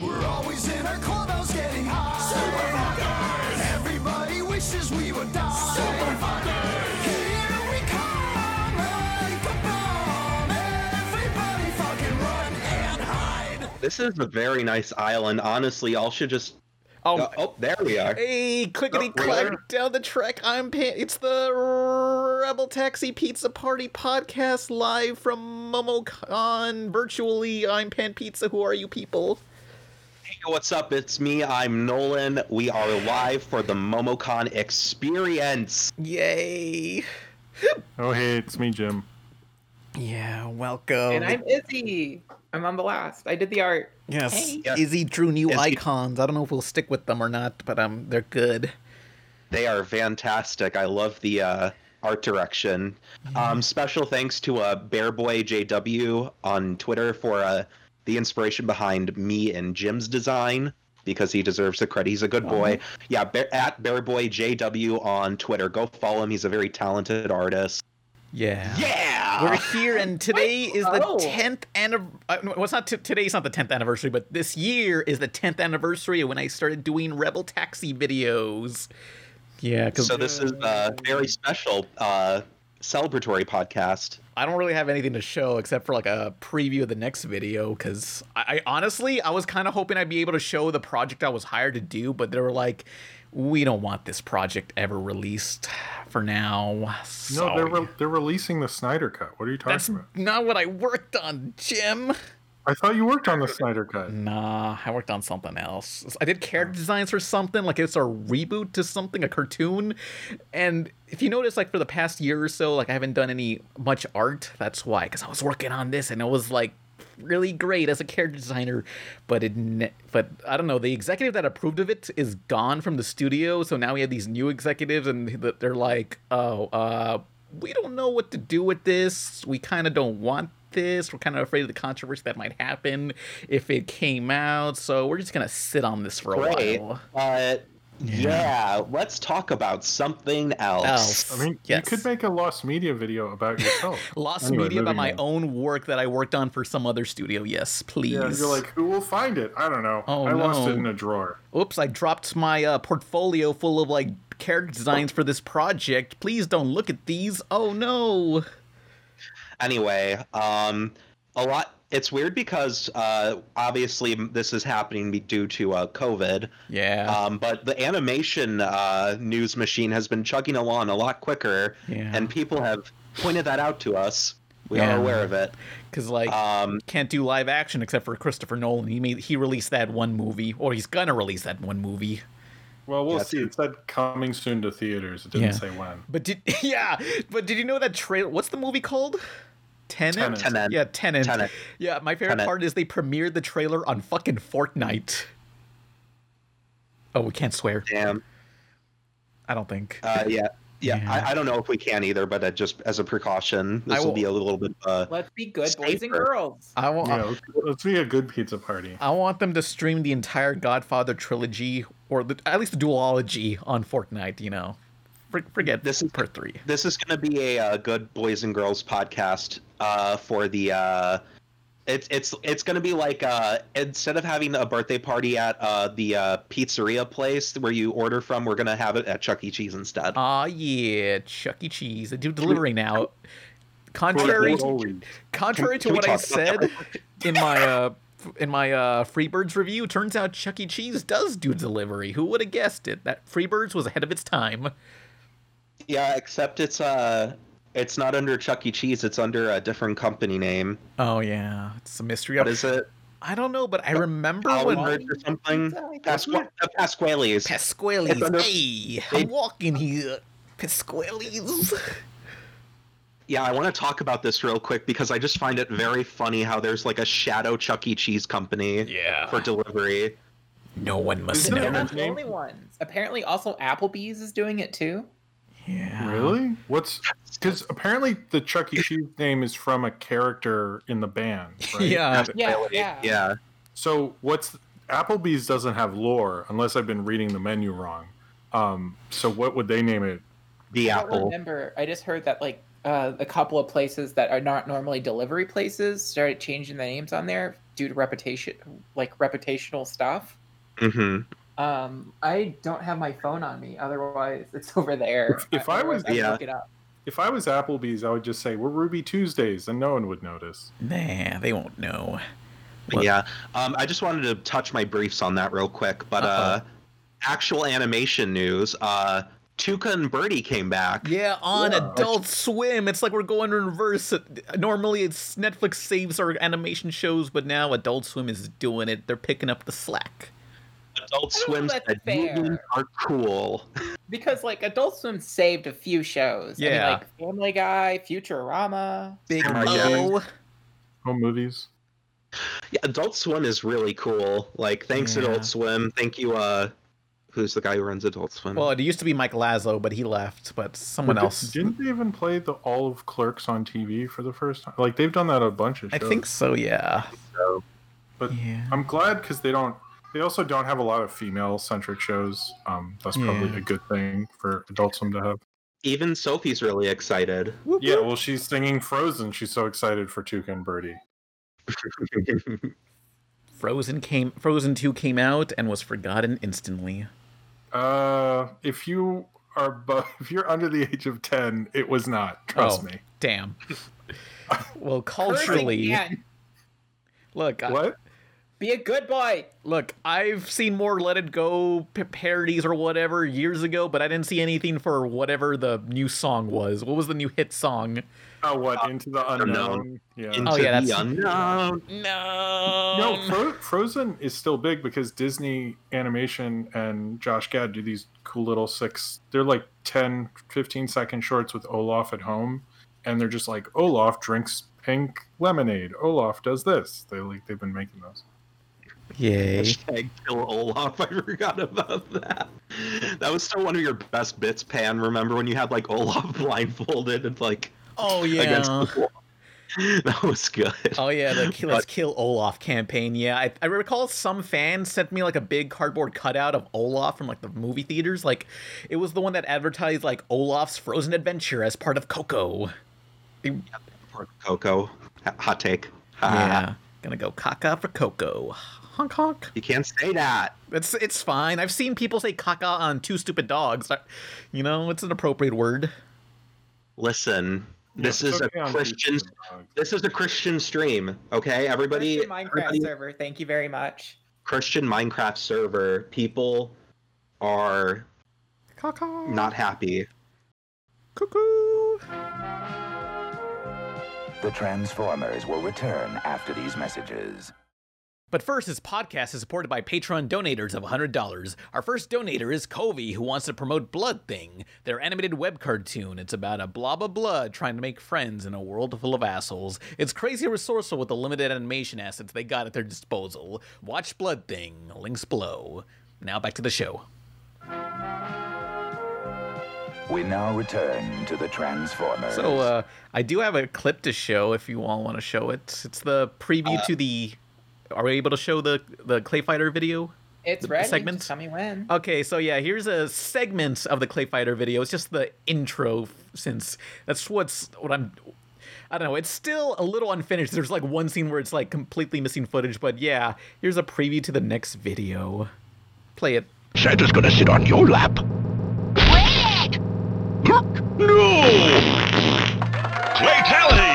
boys in our clubhouse getting high. Super fuckers! Everybody wishes we would die. Super fuckers! Here we come, like a bomb. Everybody fucking run and hide. This is a very nice island. Honestly, all should just. Oh, Oh, oh, there we are. hey, clickety Oh, clack where? down the track. I'm pan. It's the Rebel Taxi Pizza Party podcast live from MomoCon virtually. I'm Pan Pizza. Who are you people? Hey, what's up? It's me. I'm Nolan. We are live for the MomoCon experience. Yay! Oh hey, it's me, Jim. Yeah, welcome. And I'm Izzy. I'm on the last. I did the art. yes, Hey. Yes. Izzy drew new Izzy- icons. I don't know if we'll stick with them or not, but um, they're good. They are fantastic. I love the uh, art direction. Mm-hmm. Um, special thanks to uh, BearboyJW on Twitter for uh, the inspiration behind me and Jim's design because he deserves the credit. He's a good boy. Mm-hmm. Yeah, Bear, at BearboyJW on Twitter. Go follow him. He's a very talented artist. Yeah. Yeah! We're Ah. here, and today is the oh. tenth anniversary. Well, it's not t- today's not the tenth anniversary, but this year is the tenth anniversary of when I started doing Rebel Taxi videos. Yeah, because So this is a very special uh, celebratory podcast. I don't really have anything to show except for like a preview of the next video. Because I, I honestly, I was kind of hoping I'd be able to show the project I was hired to do, but they were like, "We don't want this project ever released for now." So No, they're re- they're releasing the Snyder Cut. What are you talking that's about? not what I worked on, Jim. I thought you worked on the Snyder Cut. Mm, Nah, I worked on something else. I did character designs for something, like it's a reboot to something, a cartoon. And if you notice, like for the past year or so, like I haven't done any much art. That's why, because I was working on this and it was like really great as a character designer, but it, ne- but I don't know. The executive that approved of it is gone from the studio, so now we have these new executives, and th- they're like, oh, uh, we don't know what to do with this. We kind of don't want this. We're kind of afraid of the controversy that might happen if it came out. So we're just gonna sit on this for a Great. while. But yeah. let's talk about something else. Else. I mean, Yes. you could make a lost media video about yourself. Lost Anyway, media by moving my on. own work that I worked on for some other studio. Yes, please. Yeah, you're like, who will find it? I don't know. Oh, I lost no. it in a drawer. oops, I dropped my uh, portfolio full of like character designs for this project. Please don't look at these. Oh no. Anyway, um, a lot. It's weird because uh, obviously this is happening due to uh, COVID. Yeah. Um, but the animation uh, news machine has been chugging along a lot quicker, Yeah. and people have pointed that out to us. We Yeah. are aware of it. Because like Um, can't do live action except for Christopher Nolan. He made he released that one movie, or he's gonna release that one movie. Well, we'll Yeah, see. dude. It said coming soon to theaters. It didn't Yeah. say when. But did yeah? But did you know that trailer? What's the movie called? Tenet. Tenet. Tenet. Yeah, Tenet. Tenet. Yeah, my favorite Tenet. part is they premiered the trailer on fucking Fortnite. Oh, we can't swear. Damn. I don't think. Uh, yeah. Yeah, Yeah. I, I don't know if we can either, but uh, just as a precaution, this I will, will- be a little bit. Uh, Let's be good boys and Safer. girls. I want. Yeah, let's, let's be a good pizza party. I want them to stream the entire Godfather trilogy, or the, at least the duology, on Fortnite. You know, For, forget This is- part three. this is going to be a, uh good boys and girls podcast uh, for the. Uh, it's it's it's going to be like uh, instead of having a birthday party at uh, the uh, pizzeria place where you order from, we're going to have it at Chuck E. Cheese instead. Ah, yeah, Chuck E. Cheese. They do delivery now. Contrary, Holy. contrary to Can we what I talk about said in my uh, f- in my uh, Freebirds review, turns out Chuck E. Cheese does do delivery. Who would have guessed it? That Freebirds was ahead of its time. Yeah, except it's uh, it's not under Chuck E. Cheese. It's under a different company name. Oh yeah, it's a mystery. What is it? I don't know, but I remember when Allenbridge or something? Pasqu- uh, Pasquale's. Pasquale's. It's under- hey, I'm walking here. Pasquale's. Yeah, I want to talk about this real quick because I just find it very funny how there's like a shadow Chuck E. Cheese company Yeah. for delivery. No one must Isn't They're Yeah. know. not the only ones. Apparently, also Applebee's is doing it too. Yeah. Really? What's because apparently the Chuck E. Cheese name is from a character in the band, right? Yeah. Yeah, Pasquale. Uh, yeah. yeah. So what's Applebee's doesn't have lore unless I've been reading the menu wrong. Um, so what would they name it? The I don't Apple. remember. I just heard that like uh, a couple of places that are not normally delivery places started changing the names on there due to reputation, like reputational stuff. hmm Um, I don't have my phone on me. Otherwise, it's over there. If- if I was- I'd Yeah. look it up. If I was Applebee's, I would just say we're Ruby Tuesdays, and no one would notice. Nah, they won't know. What- Yeah. Um, I just wanted to touch my briefs on that real quick, but uh Uh-oh. actual animation news. Uh, Tuca and Birdie came back. Yeah, on Yeah. Adult Swim, it's like we're going in reverse. Normally, it's Netflix saves our animation shows, but now Adult Swim is doing it. They're picking up the slack. Adult I don't know Swim if said that's fair. "Unions are cool. Because like Adult Swim saved a few shows. I mean, Yeah. like Family Guy, Futurama. Big Uh, Am I O. Home movies. Yeah, Adult Swim is really cool. Like, thanks Yeah. Adult Swim. Thank you. Uh, who's the guy who runs Adult Swim? Well, it used to be Mike Lazo, but he left. But someone But di- else. Didn't they even play the all of Clerks on TV for the first time? Like they've done that a bunch of I shows. think so. Yeah. But Yeah. I'm glad because they don't. They also don't have a lot of female-centric shows. Um, that's probably Yeah. a good thing for Adult Swim to have. Even Sophie's really excited. Yeah, well, she's singing Frozen. She's so excited for Tuca and Birdie. Frozen came. Frozen Two came out and was forgotten instantly. Uh, if you are bu- if you're under the age of ten, it was not. Trust Oh, me. Damn. well, Cursing culturally, again. look, I- What? Be a good boy. Look, I've seen more Let It Go p- parodies or whatever years ago, but I didn't see anything for whatever the new song was. What was the new hit song? Oh, Uh, what? Into the unknown. unknown. Yeah. Into Oh, yeah, the that's- unknown. no, Fro- Frozen is still big because Disney Animation and Josh Gad do these cool little six, they're like 10, 15 second shorts with Olaf at home. And they're just like, Olaf drinks pink lemonade. Olaf does this. They like, they've been making those. Yay. Hashtag kill Olaf. I forgot about that. That was still one of your best bits, Pan. Remember when you had like Olaf blindfolded and like Oh, against yeah. the wall? That was good. Oh, yeah, the Ki- Let's Kill Olaf campaign. Yeah, I, I recall some fans sent me like a big cardboard cutout of Olaf from like the movie theaters. Like, it was the one that advertised like Olaf's Frozen Adventure as part of Coco. Poor Coco. H- Hot take. yeah. Gonna go caca for Coco. Honk honk. You can't say that. It's it's fine. I've seen people say caca on two stupid dogs. I- You know, it's an appropriate word. Listen, this Yeah, is okay, a on Christian. Tuesday, dog. This is a Christian stream, okay? Everybody, Christian Minecraft everybody- server. Thank you very much. Christian Minecraft server. People are Caca. not happy. cuckoo. The Transformers will return after these messages. But first, this podcast is supported by Patreon donators of $100. Our first donator is Covey, who wants to promote Blood Thing, their animated web cartoon. It's about a blob of blood trying to make friends in a world full of assholes. It's crazy resourceful with the limited animation assets they got at their disposal. Watch Blood Thing, links below. Now back to the show. We now return to the Transformers. So uh, I do have a clip to show if you all want to show it. It's the preview to the. Are we able to show the the Clay Fighter video? It's The ready. segment? Just tell me when. Okay, so yeah, here's a segment of the Clay Fighter video. It's just the intro, f- since that's what's what I'm. I don't know. It's still a little unfinished. There's like one scene where it's like completely missing footage, but yeah, here's a preview to the next video. Play it. Santa's gonna sit on your lap. Wait! No! Fatality!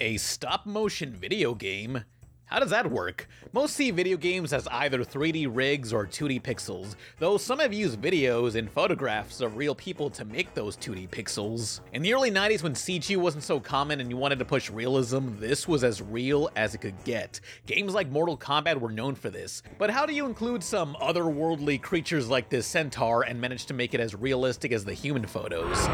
A stop motion video game? How does that work? Most see video games as either 3D rigs or 2D pixels, though some have used videos and photographs of real people to make those 2D pixels. In the early 90s, when CG wasn't so common and you wanted to push realism, this was as real as it could get. Games like Mortal Kombat were known for this. But how do you include some otherworldly creatures like this centaur and manage to make it as realistic as the human photos?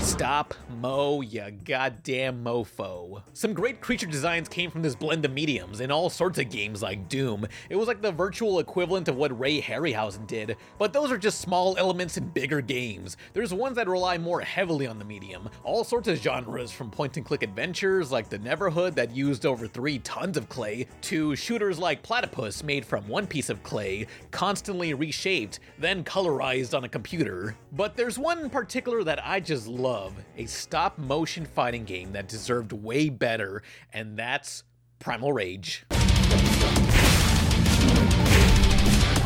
Stop, Mo, ya goddamn mofo. Some great creature designs came from this blend of mediums in all sorts of games like Doom. It was like the virtual equivalent of what Ray Harryhausen did, but those are just small elements in bigger games. There's ones that rely more heavily on the medium, all sorts of genres from point and click adventures like The Neverhood that used over 3 tons of clay, to shooters like Platypus made from one piece of clay, constantly reshaped, then colorized on a computer. But there's one in particular that I just love a stop motion fighting game that deserved way better, and that's Primal Rage.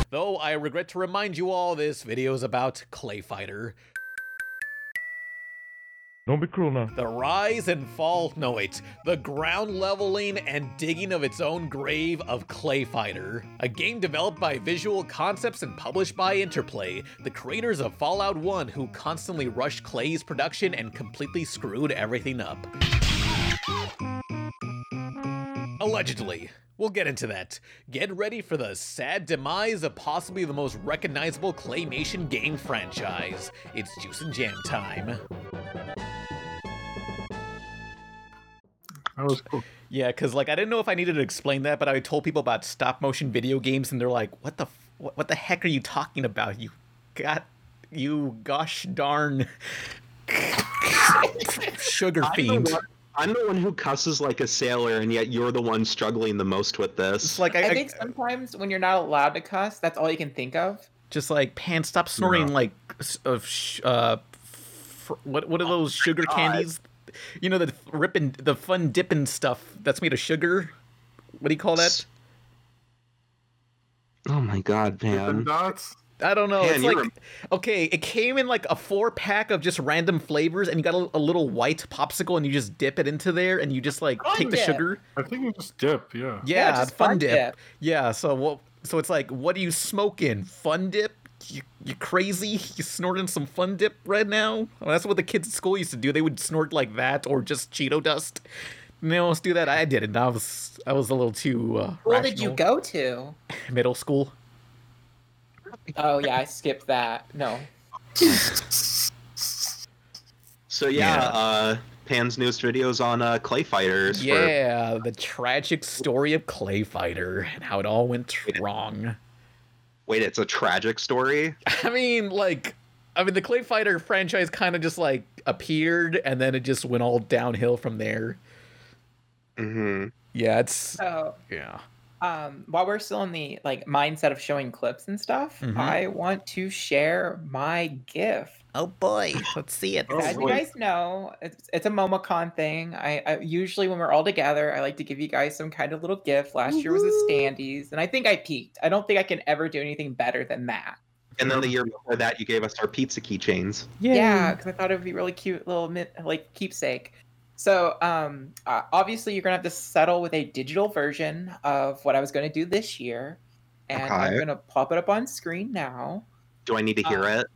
Though I regret to remind you all this video is about Clay Fighter. Don't be cruel now. The rise and fall, no wait, the ground leveling and digging of its own grave of Clay Fighter, a game developed by Visual Concepts and published by Interplay, the creators of Fallout 1 who constantly rushed Clay's production and completely screwed everything up. Allegedly. We'll get into that. Get ready for the sad demise of possibly the most recognizable claymation game franchise. It's Juice and Jam time. That was cool. Yeah, because like I didn't know if I needed to explain that, but I told people about stop motion video games, and they're like, "What the f- what, what the heck are you talking about? You got you gosh darn sugar fiend!" I'm the one who cusses like a sailor, and yet you're the one struggling the most with It's this. like I, I I- think sometimes when you're not allowed to cuss, that's all you can think of. just like pan stop snorting like s- of sh- uh fr- what what are those sugar candies? You know the ripping the fun dipping stuff that's made of sugar. What do you call that? oh my god, Them man! dots. I don't know. Man, it's you like okay, it came in like a four pack of just random flavors, and you got a, a little white popsicle, and you just dip it into there, and you just like Fun take the dip. sugar. I think you just dip. Yeah. Yeah, just fun, fun dip. dip. Yeah. So what? So it's like, what are you smoking? Fun dip? You, you crazy? You snorting some fun dip right now? Well, that's what the kids at school used to do. They would snort like that, or just Cheeto dust. And They almost do that. I didn't. I was I was a little too. Uh, Where did you rational. go to? Middle school. Oh yeah, I skipped that. No. So yeah, Yeah. Uh, Pan's newest videos on uh, Clay Fighters. for- Yeah, the tragic story of Clay Fighter and how it all went wrong. wait, it's a tragic story. I mean, like, I mean, the Clay Fighter franchise kind of just like appeared and then it just went all downhill from there. hmm Yeah, it's So yeah. um, while we're still in the like mindset of showing clips and stuff, Mhm. I want to share my GIF. Oh boy, let's see it. Oh, As you boy. guys know, it's, it's a MomoCon thing. I, I usually when we're all together, I like to give you guys some kind of little gift. Last year was the standees, and I think I peaked. I don't think I can ever do anything better than that. And then the year before that, you gave us our pizza keychains. Yeah, because I thought it would be really cute little mi- like keepsake. So um, uh, obviously you're gonna have to settle with a digital version of what I was gonna do this year, and I'm Okay. gonna pop it up on screen now. Do I need to hear Ah. it?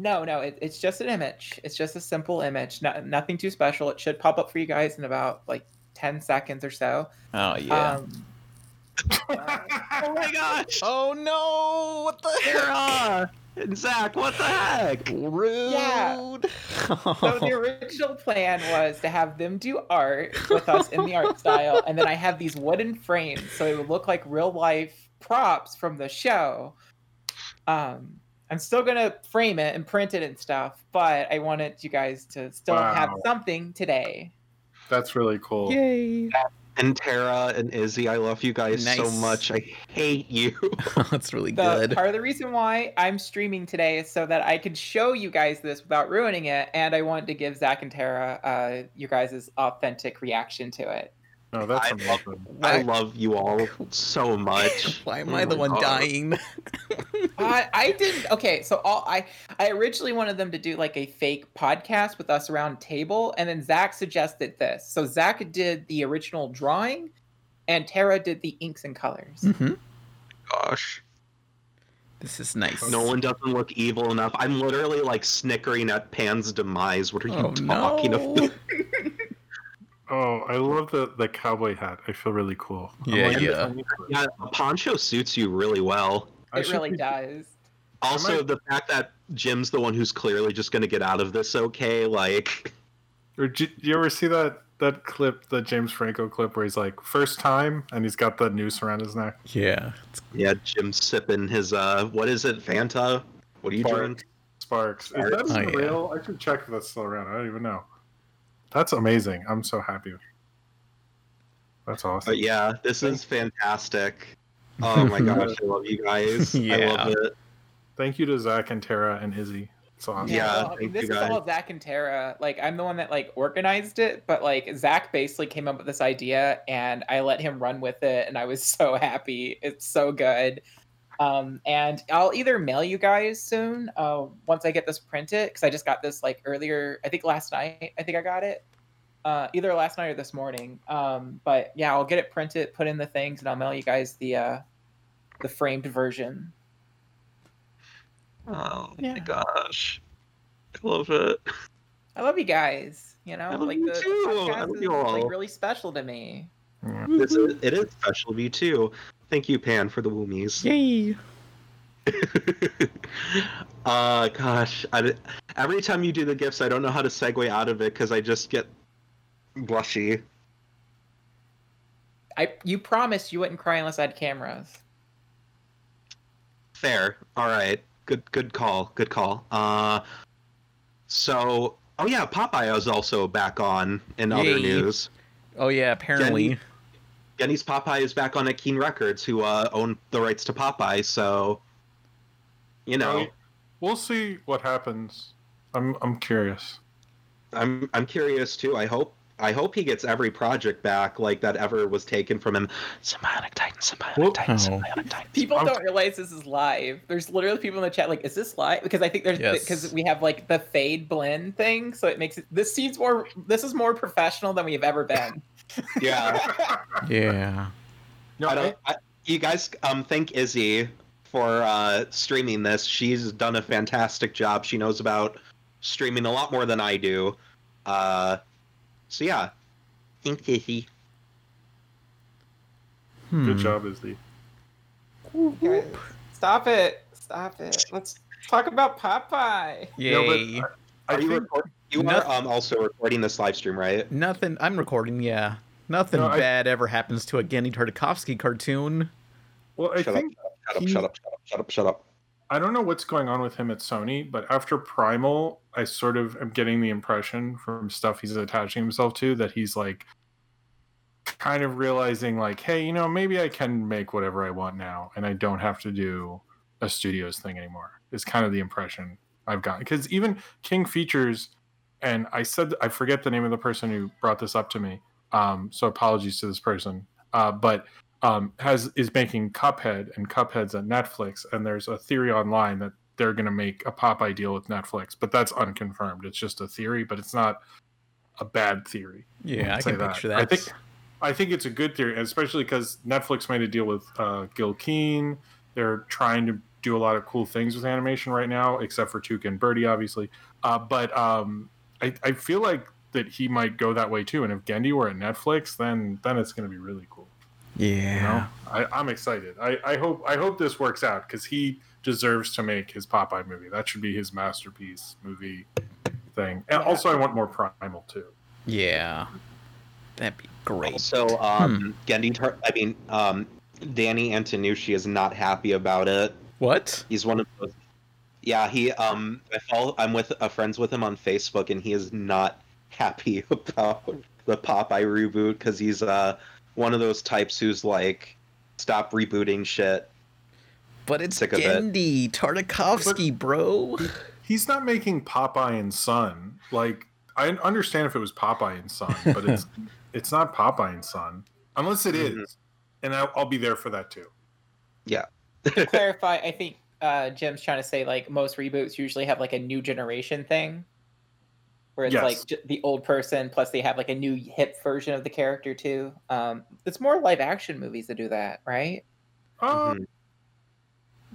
No, no, it, it's just an image. It's just a simple image. No, nothing too special. It should pop up for you guys in about like ten seconds or so. Oh Um, Oh my gosh! oh no! What the heck? Zach, what the heck? Rude. so the original plan was to have them do art with us in the art style, and then I have these wooden frames, so it would look like real life props from the show. Um, I'm still gonna frame it and print it and stuff, but I wanted you guys to still have Wow. something today. That's really cool. Yay! And Tara and Izzy, I love you guys so Nice. much. I hate you. That's really the good. part of the reason why I'm streaming today is so that I could show you guys this without ruining it, and I wanted to give Zach and Tara uh, your guys' authentic reaction to it. No, that's I love- amazing. I love you all so much. Why am Oh I the my one God. dying? I, I didn't. Okay, so all I I originally wanted them to do like a fake podcast with us around a table, and then Zach suggested this. So Zach did the original drawing, and Tara did the inks and colors. Hmm, Mm-hmm. Gosh. This is nice. No one doesn't look evil enough. I'm literally like snickering at Pan's demise. What are you Oh, talking no. about? Oh, I love the the cowboy hat. I feel really cool. I'm Yeah, like, yeah. I need to- Yeah, a poncho suits you really well. I it should really be- does. Also, the fact that Jim's the one who's clearly just going to get out of this okay, like, Or did you ever see that that clip, the James Franco clip, where he's like, first time, and he's got the noose around his neck? Yeah. yeah, Jim's sipping his, uh, what is it, Fanta? What do you Spark. drink? Sparks. Is that Oh, still yeah. real? I should check if that's still around. I don't even know. That's amazing. I'm so happy. That's awesome. But Uh, yeah, this is fantastic. Oh my gosh, I love you guys. I Yeah. love it. Thank you to Zach and Tara and Izzy. It's awesome. Yeah, well, I thank mean, this you, is all Zach and Tara. Like, I'm the one that like organized it, but like Zach basically came up with this idea, and I let him run with it, and I was so happy. It's so good. Um, and I'll either mail you guys soon uh, once I get this printed because I just got this like earlier. I think last night. I think I got it. Uh, either last night or this morning. Um, but yeah, I'll get it printed, put in the things, and I'll mail you guys the uh, the framed version. Oh Yeah. my gosh. I love it. I love you guys. You know, I love like you the the too. I podcast love is you like all. really special to me. This is, it is special of you, too. Thank you, Pan, for the woomies. Yay. uh, gosh, I, di- every time you do the gifts, I don't know how to segue out of it because I just get blushy. I you promised you wouldn't cry unless I had cameras. Fair. All right. Good. Good call. Good call. Uh, so, oh yeah, Popeye is also back on in other Yay. news. Oh yeah, apparently. Jenny. Denny's Popeye is back on at Keen Records, who uh, own the rights to Popeye. So, you know, Right. We'll see what happens. I'm I'm curious. I'm I'm curious too. I hope I hope he gets every project back like that ever was taken from him. Symbiotic Titan, Symbiotic Well- Titan, Oh. Symbiotic Titan. People I'm- don't realize this is live. There's literally people in the chat like, is this live? Because I think there's Yes. because we have like the fade blend thing, so it makes it this seems more this is more professional than we've ever been. Yeah. Yeah. No, I I, don't, I, you guys um thank Izzy for uh, streaming this. She's done a fantastic job. She knows about streaming a lot more than I do. Uh, so yeah, thank Izzy. good Hmm. job, Izzy. Guys, Stop it. Stop it. Let's talk about Popeye. No, but Yay. I, Are you think, record- you are Nothing- um, also recording this live stream, right? Nothing. I'm recording. Yeah. Nothing No, I- bad ever happens to a Genny Tartakovsky cartoon. well, I Shut up. think Shut up! he- Shut up! Shut up! Shut up! Shut up! I don't know what's going on with him at Sony, but after Primal, I sort of am getting the impression from stuff he's attaching himself to that he's like kind of realizing like, hey, you know, maybe I can make whatever I want now and I don't have to do a studios thing anymore. Is kind of the impression I've gotten. Cuz even King Features and I said I forget the name of the person who brought this up to me. Um so apologies to this person. Uh but um, has is making Cuphead and Cuphead's at Netflix, and there's a theory online that they're going to make a Popeye deal with Netflix, but that's unconfirmed. It's just a theory, but it's not a bad theory. Yeah, I Say can picture that. I think I think it's a good theory, and especially because Netflix made a deal with uh, Gil Keen. They're trying to do a lot of cool things with animation right now, except for Tuca and Birdie, obviously. Uh, but um, I, I feel like that he might go that way too. And if Gendy were at Netflix, then then it's going to be really cool. You know, yeah. I, I'm excited. I, I hope I hope this works out because he deserves to make his Popeye movie. That should be his masterpiece movie thing. And also, I want more Primal too. Yeah. That'd be great. So, um, Hmm. Gendy, Tar- I mean, um, Danny Antonucci is not happy about it. What? He's one of those. Yeah, he. Um, I follow. I'm with a friends with him on Facebook, and he is not happy about the Popeye reboot because he's uh one of those types who's like, stop rebooting shit. But it's Sick of it. Gendy Tartakovsky, bro. He's not making Popeye and Son. Like I understand if it was Popeye and Son, but it's it's not Popeye and Son unless it is. And I'll, I'll be there for that too. Yeah. To clarify, I think uh, Jim's trying to say like most reboots usually have like a new generation thing, where it's Yes. like j- the old person plus they have like a new hip version of the character too. Um, it's more live action movies that do that, right? Uh, Mhm.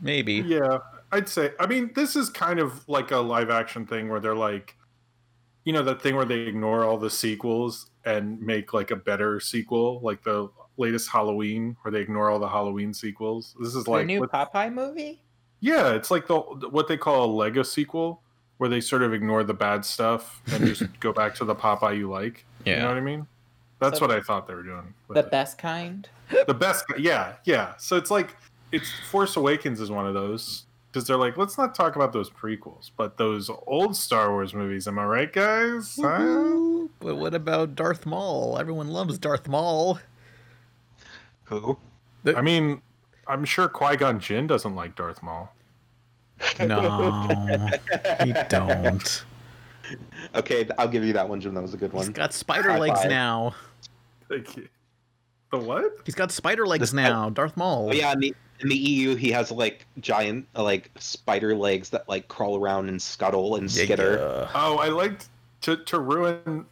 Maybe. Yeah, I'd say. I mean, this is kind of like a live action thing where they're like, you know, that thing where they ignore all the sequels and make like a better sequel, like the latest Halloween, where they ignore all the Halloween sequels. This is The like, new what- Popeye movie. Yeah, it's like the what they call a Lego sequel, where they sort of ignore the bad stuff and just go back to the Popeye you like. You Yeah. know what I mean? That's So- what I thought they were doing. with The it. best kind. the best yeah yeah so it's like it's force awakens is one of those because they're like let's not talk about those prequels but those old star wars movies am i right guys huh? Ooh, But what about Darth Maul? Everyone loves Darth Maul. Who? i mean i'm sure qui-gon jinn doesn't like darth maul No, he don't. Okay, th- I'll give you that one, Jim. That was a good He's one. got spider High legs five. now. Thank you. the what He's got spider legs now. Darth Maul. Oh yeah, in the in the EU, he has like giant uh, like spider legs that like crawl around and scuttle and skitter. oh i liked to to ruin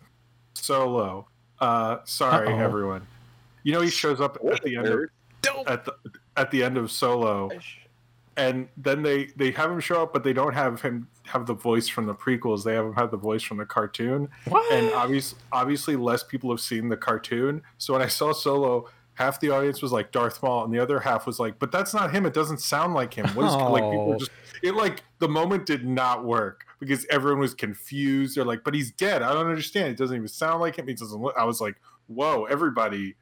solo uh sorry Uh-oh. everyone you know he shows up at the end of at the at the end of Solo, and then they they have him show up, but they don't have him have the voice from the prequels. They have him have the voice from the cartoon, and obviously obviously less people have seen the cartoon. So when I saw Solo. Half the audience was like Darth Maul, and the other half was like, "But that's not him. It doesn't sound like him." What is like people were Oh. just it like the moment did not work because everyone was confused. They're like, "But he's dead. I don't understand. It doesn't even sound like him. He doesn't." Look. I was like, "Whoa, everybody,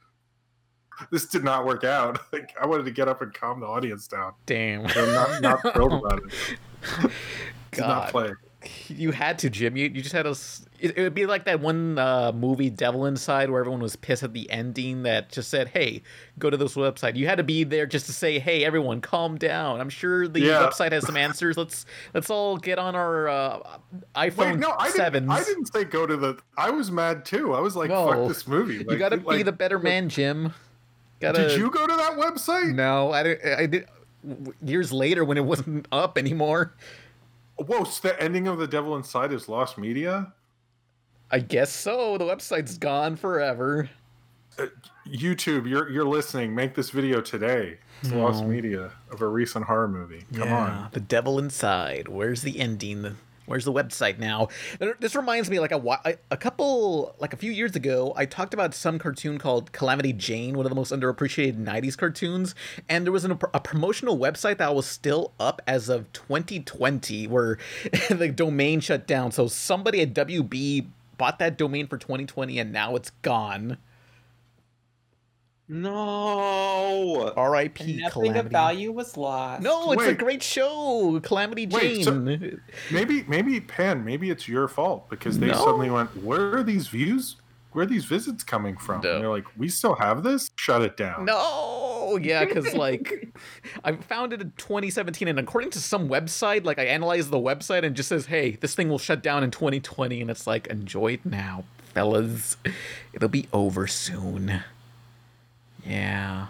this did not work out. Like I wanted to get up and calm the audience down. Damn. They're not, not thrilled about it. Did Oh God. not play. You had to, Jim. You, you just had us. It, it would be like that one uh, movie, Devil Inside, where everyone was pissed at the ending that just said, hey, go to this website. You had to be there just to say, hey, everyone, calm down. I'm sure the Yeah. website has some answers. Let's let's all get on our uh, iPhone Wait, no, I didn't. 7s. I didn't say go to the. I was mad too. I was like, No. fuck this movie. you Like, got to be like, the better man, Jim. Gotta, Did you go to that website? No, I, didn't- I did. w- Years later, when it wasn't up anymore, Whoa, so the ending of The Devil Inside is lost media. I guess so. The website's gone forever. YouTube, you're you're listening. Make this video today. It's lost media of a recent horror movie. Come on. The devil inside. Where's the ending? Where's the website now? There- This reminds me, like a whi- a- a couple, like a few years ago, I talked about some cartoon called Calamity Jane, one of the most underappreciated '90s cartoons, and there was an, a promotional website that was still up as of 2020, where the domain shut down. So somebody at WB bought that domain for 2020, and now it's gone. No. R.I.P. Nothing Calamity. of value was lost. No, it's a Wait. great show, Calamity Wait, Jane. so- Maybe maybe Pan, maybe it's your fault because they No. suddenly went, Where are these views? Where are these visits coming from? No. And they're like, We still have this? Shut it down. No, yeah, because like I found it in 2017, and according to some website, like I analyzed the website and it just says, "Hey, this thing will shut down in 2020," and it's like, enjoy it now, fellas. It'll be over soon. Yeah,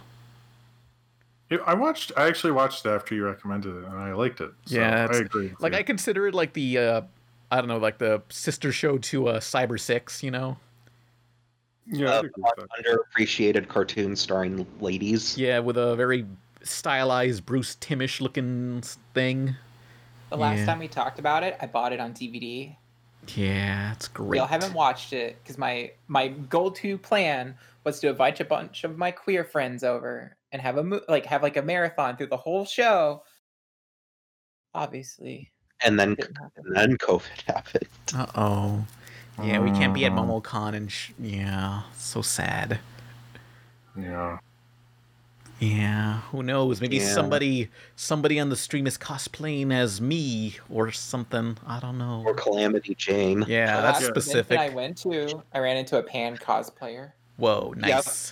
It- I watched I actually watched it after you recommended it and I liked it. So yeah. I it's- agree. with Like you. I consider it like the uh, I don't know, like the sister show to uh, Cyber Six. You know? yeah, I'd Uh, agree with that. underappreciated cartoon starring ladies. Yeah, with a very stylized Bruce Timmish looking thing. The last Yeah. time we talked about it, I bought it on DVD. Yeah, it's great. Y'all haven't watched it because my my go-to plan was to invite a bunch of my queer friends over and have a mo- like have like a marathon through the whole show. Obviously, And then didn't happen. and then COVID happened. Uh oh. Yeah, we can't be at MomoCon and sh- yeah, so sad. Yeah. Yeah, who knows? Maybe Yeah. somebody somebody on the stream is cosplaying as me or something. I don't know. Or Calamity Jane. Yeah, The that's last event specific. That I went to, I ran into a pan cosplayer. Whoa, nice.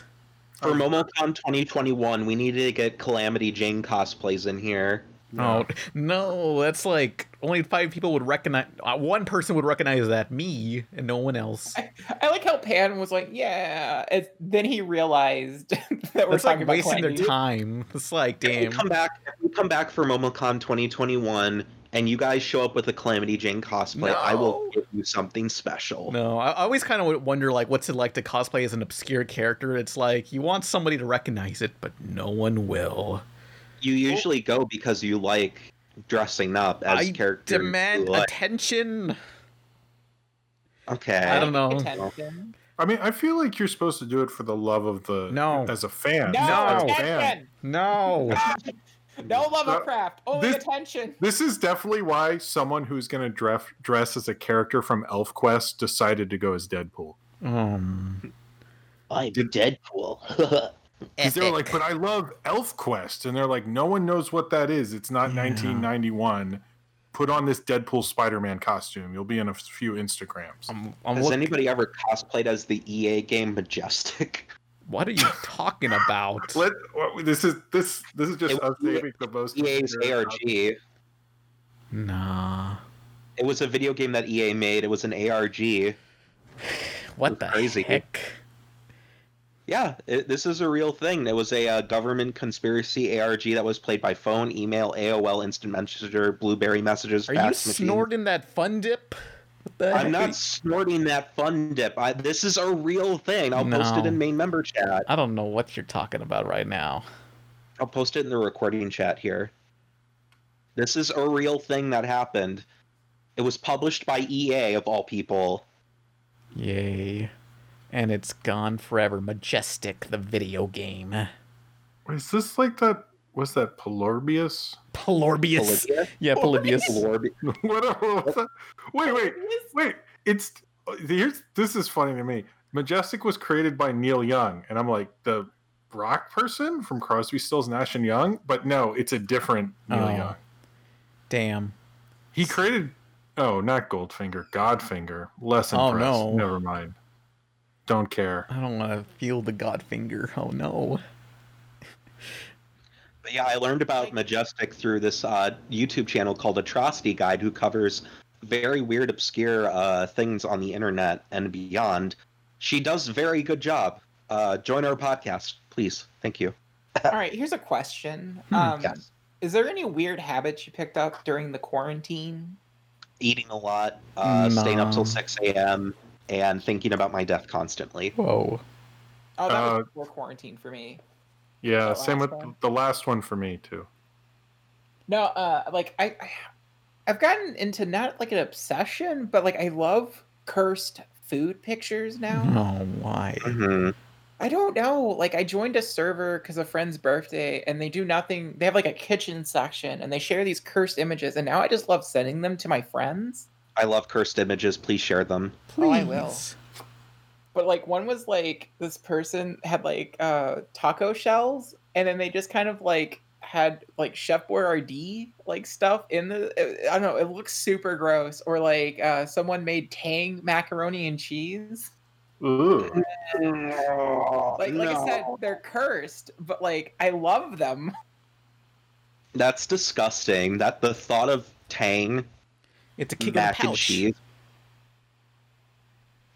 Uh-huh. For MomoCon 2021, we needed to get Calamity Jane cosplays in here. Oh no, that's like only five people would recognize. Uh, one person would recognize that me and no one else. I, I like how Pan was like, "Yeah." It's, then he realized that we're That's talking like about wasting their Clancy. time. It's like If damn. we come back, if we come back for MomoCon 2021, and you guys show up with a Calamity Jane cosplay, I will No. give you something special. No, I I always kind of wonder like, what's it like to cosplay as an obscure character? It's like you want somebody to recognize it, but no one will. You usually go because you like dressing up as I characters. you demand like. attention. okay. I don't know. Attention. I mean, I feel like you're supposed to do it for the love of the No. as a fan. No, as a attention! fan. No, No love Uh, of craft, only this- attention. This is definitely why someone who's going to dress, dress as a character from ElfQuest decided to go as Deadpool. Um, I'm Did- Deadpool. Because they were like, but I love ElfQuest. And they're like, no one knows what that is. It's not 1991. Put on this Deadpool Spider Man costume. You'll be in a few Instagrams. I'm, I'm Has look- anybody ever cosplayed as the EA game Majestic? What are you talking about? Let, what- this is this this is just It- us E saving the most. EA's ARG. It nah. was a video game that EA made. It was an ARG. What the Crazy. heck? Yeah, it, this is a real thing. There was a uh, government conspiracy ARG that was played by phone, email, AOL, instant messenger, BlueBerry messages. Are you fax machine. snorting that fun dip? What the I'm heck? not snorting that fun dip. I, this is a real thing. I'll post it No. in main member chat. I don't know what you're talking about right now. I'll post it in the recording chat here. This is a real thing that happened. It was published by EA of all people. Yay. And it's gone forever. Majestic, the video game. Is this like that? Was that Polorbius? Polorbius. Polybius? Yeah, Polybius. Lord, what? a- what's that? Wait, wait, wait. It's here's this is funny to me. Majestic was created by Neil Young, and I'm like the Brock person from Crosby, Stills, Nash and Young, but no, it's a different Neil Oh. Young. Damn. He created oh, not Goldfinger, Godfinger. Less Oh, impressed. no. Never mind. Don't care. I don't want to feel the god finger. Oh no. But yeah, I learned about Majestic through this uh, YouTube channel called Atrocity Guide, who covers very weird, obscure uh, things on the internet and beyond. She does very good job. Uh, join our podcast, please. Thank you. All right, here's a question. Hmm. Um, Yes. Is there any weird habits you picked up during the quarantine? Eating a lot, uh, staying up till No. 6 a.m., and thinking about my death constantly. Whoa. Oh, that Uh, was before quarantine for me. Yeah, That same last with one. the last one for me too. No, uh, like I, I, I've gotten into not like an obsession, but like I love cursed food pictures now. Oh, why? Mhm. I don't know. Like I joined a server because a friend's birthday, and they do nothing. They have like a kitchen section, and they share these cursed images. And now I just love sending them to my friends. I love cursed images. Please share them. Oh, I will. Please. But like one was like this person had like uh taco shells, and then they just kind of like had like Chef Boyardee like stuff in the. I don't know. It looks super gross. Or like uh someone made Tang macaroni and cheese. Ooh. Like like I said, they're cursed, but like I love them. That's disgusting. That the thought of Tang It's a kick in the mac and pouch. cheese.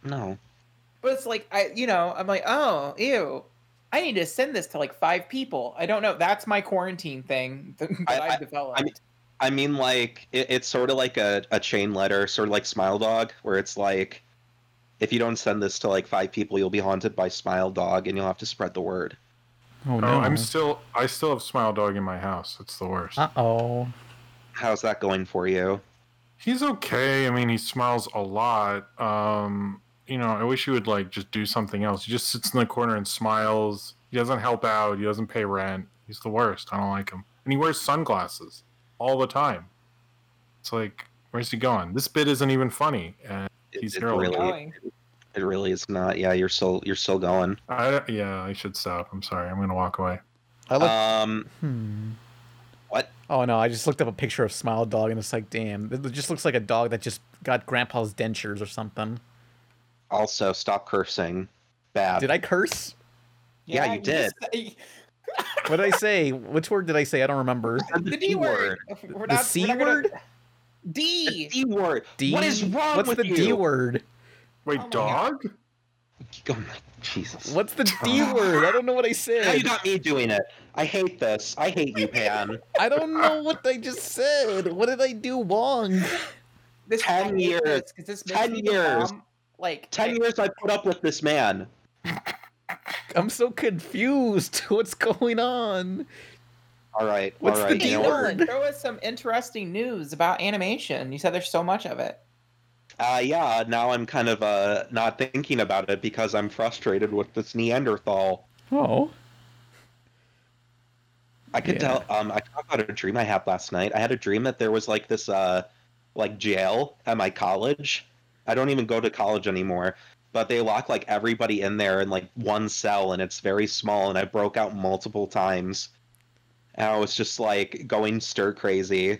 No. But it's like I, you know, I'm like, oh, ew. I need to send this to like five people. I don't know. That's my quarantine thing that I- I've I- developed. I mean- I mean, like it, it's sort of like a, a chain letter, sort of like Smile Dog, where it's like, if you don't send this to like five people, you'll be haunted by Smile Dog, and you'll have to spread the word. Oh Oh, no. I'm still I still have Smile Dog in my house. It's the worst. Uh oh. How's that going for you? He's okay. I mean, he smiles a lot. Um, you know, I wish he would like just do something else. He just sits in the corner and smiles. He doesn't help out. He doesn't pay rent. He's the worst. I don't like him. And he wears sunglasses all the time. It's like, where's he going? This bit isn't even funny. And He's here all the really, going. it really is not. Yeah, you're still you're still going. I, yeah, I should stop. I'm sorry. I'm gonna walk away. I look. Um, hmm. what? Oh no! I just looked up a picture of Smile Dog, and it's like, damn, it just looks like a dog that just got Grandpa's dentures or something. Also, stop cursing. Bad. Did I curse? yeah, you just- What did I say? Which word did I say? I don't remember. Said the D word. We're The not, C we're not gonna- word? D. D word. D. What is wrong What's with the you? D word? Wait, my dog? Oh my Jesus. What's the D word? I don't know what I Now you said. got me doing it. I hate this. I hate you, Pan. I don't know what I just said. What did I do wrong? This 10 I hate years. this 'cause this makes 10 me the years. mom, like Ten I- years I put up with this man. I'm so confused. What's going on? All right. What's all the right. D Hey, you know what? word? Dylan, throw us some interesting news about animation. You said there's so much of it. Uh, yeah, now I'm kind of uh, not thinking about it because I'm frustrated with this Neanderthal. Oh. I could Yeah. tell. Um, I talked about a dream I had last night. I had a dream that there was like this, uh, like jail at my college. I don't even go to college anymore, but they lock like everybody in there in like one cell, and it's very small. And I broke out multiple times. And I was just like going stir crazy.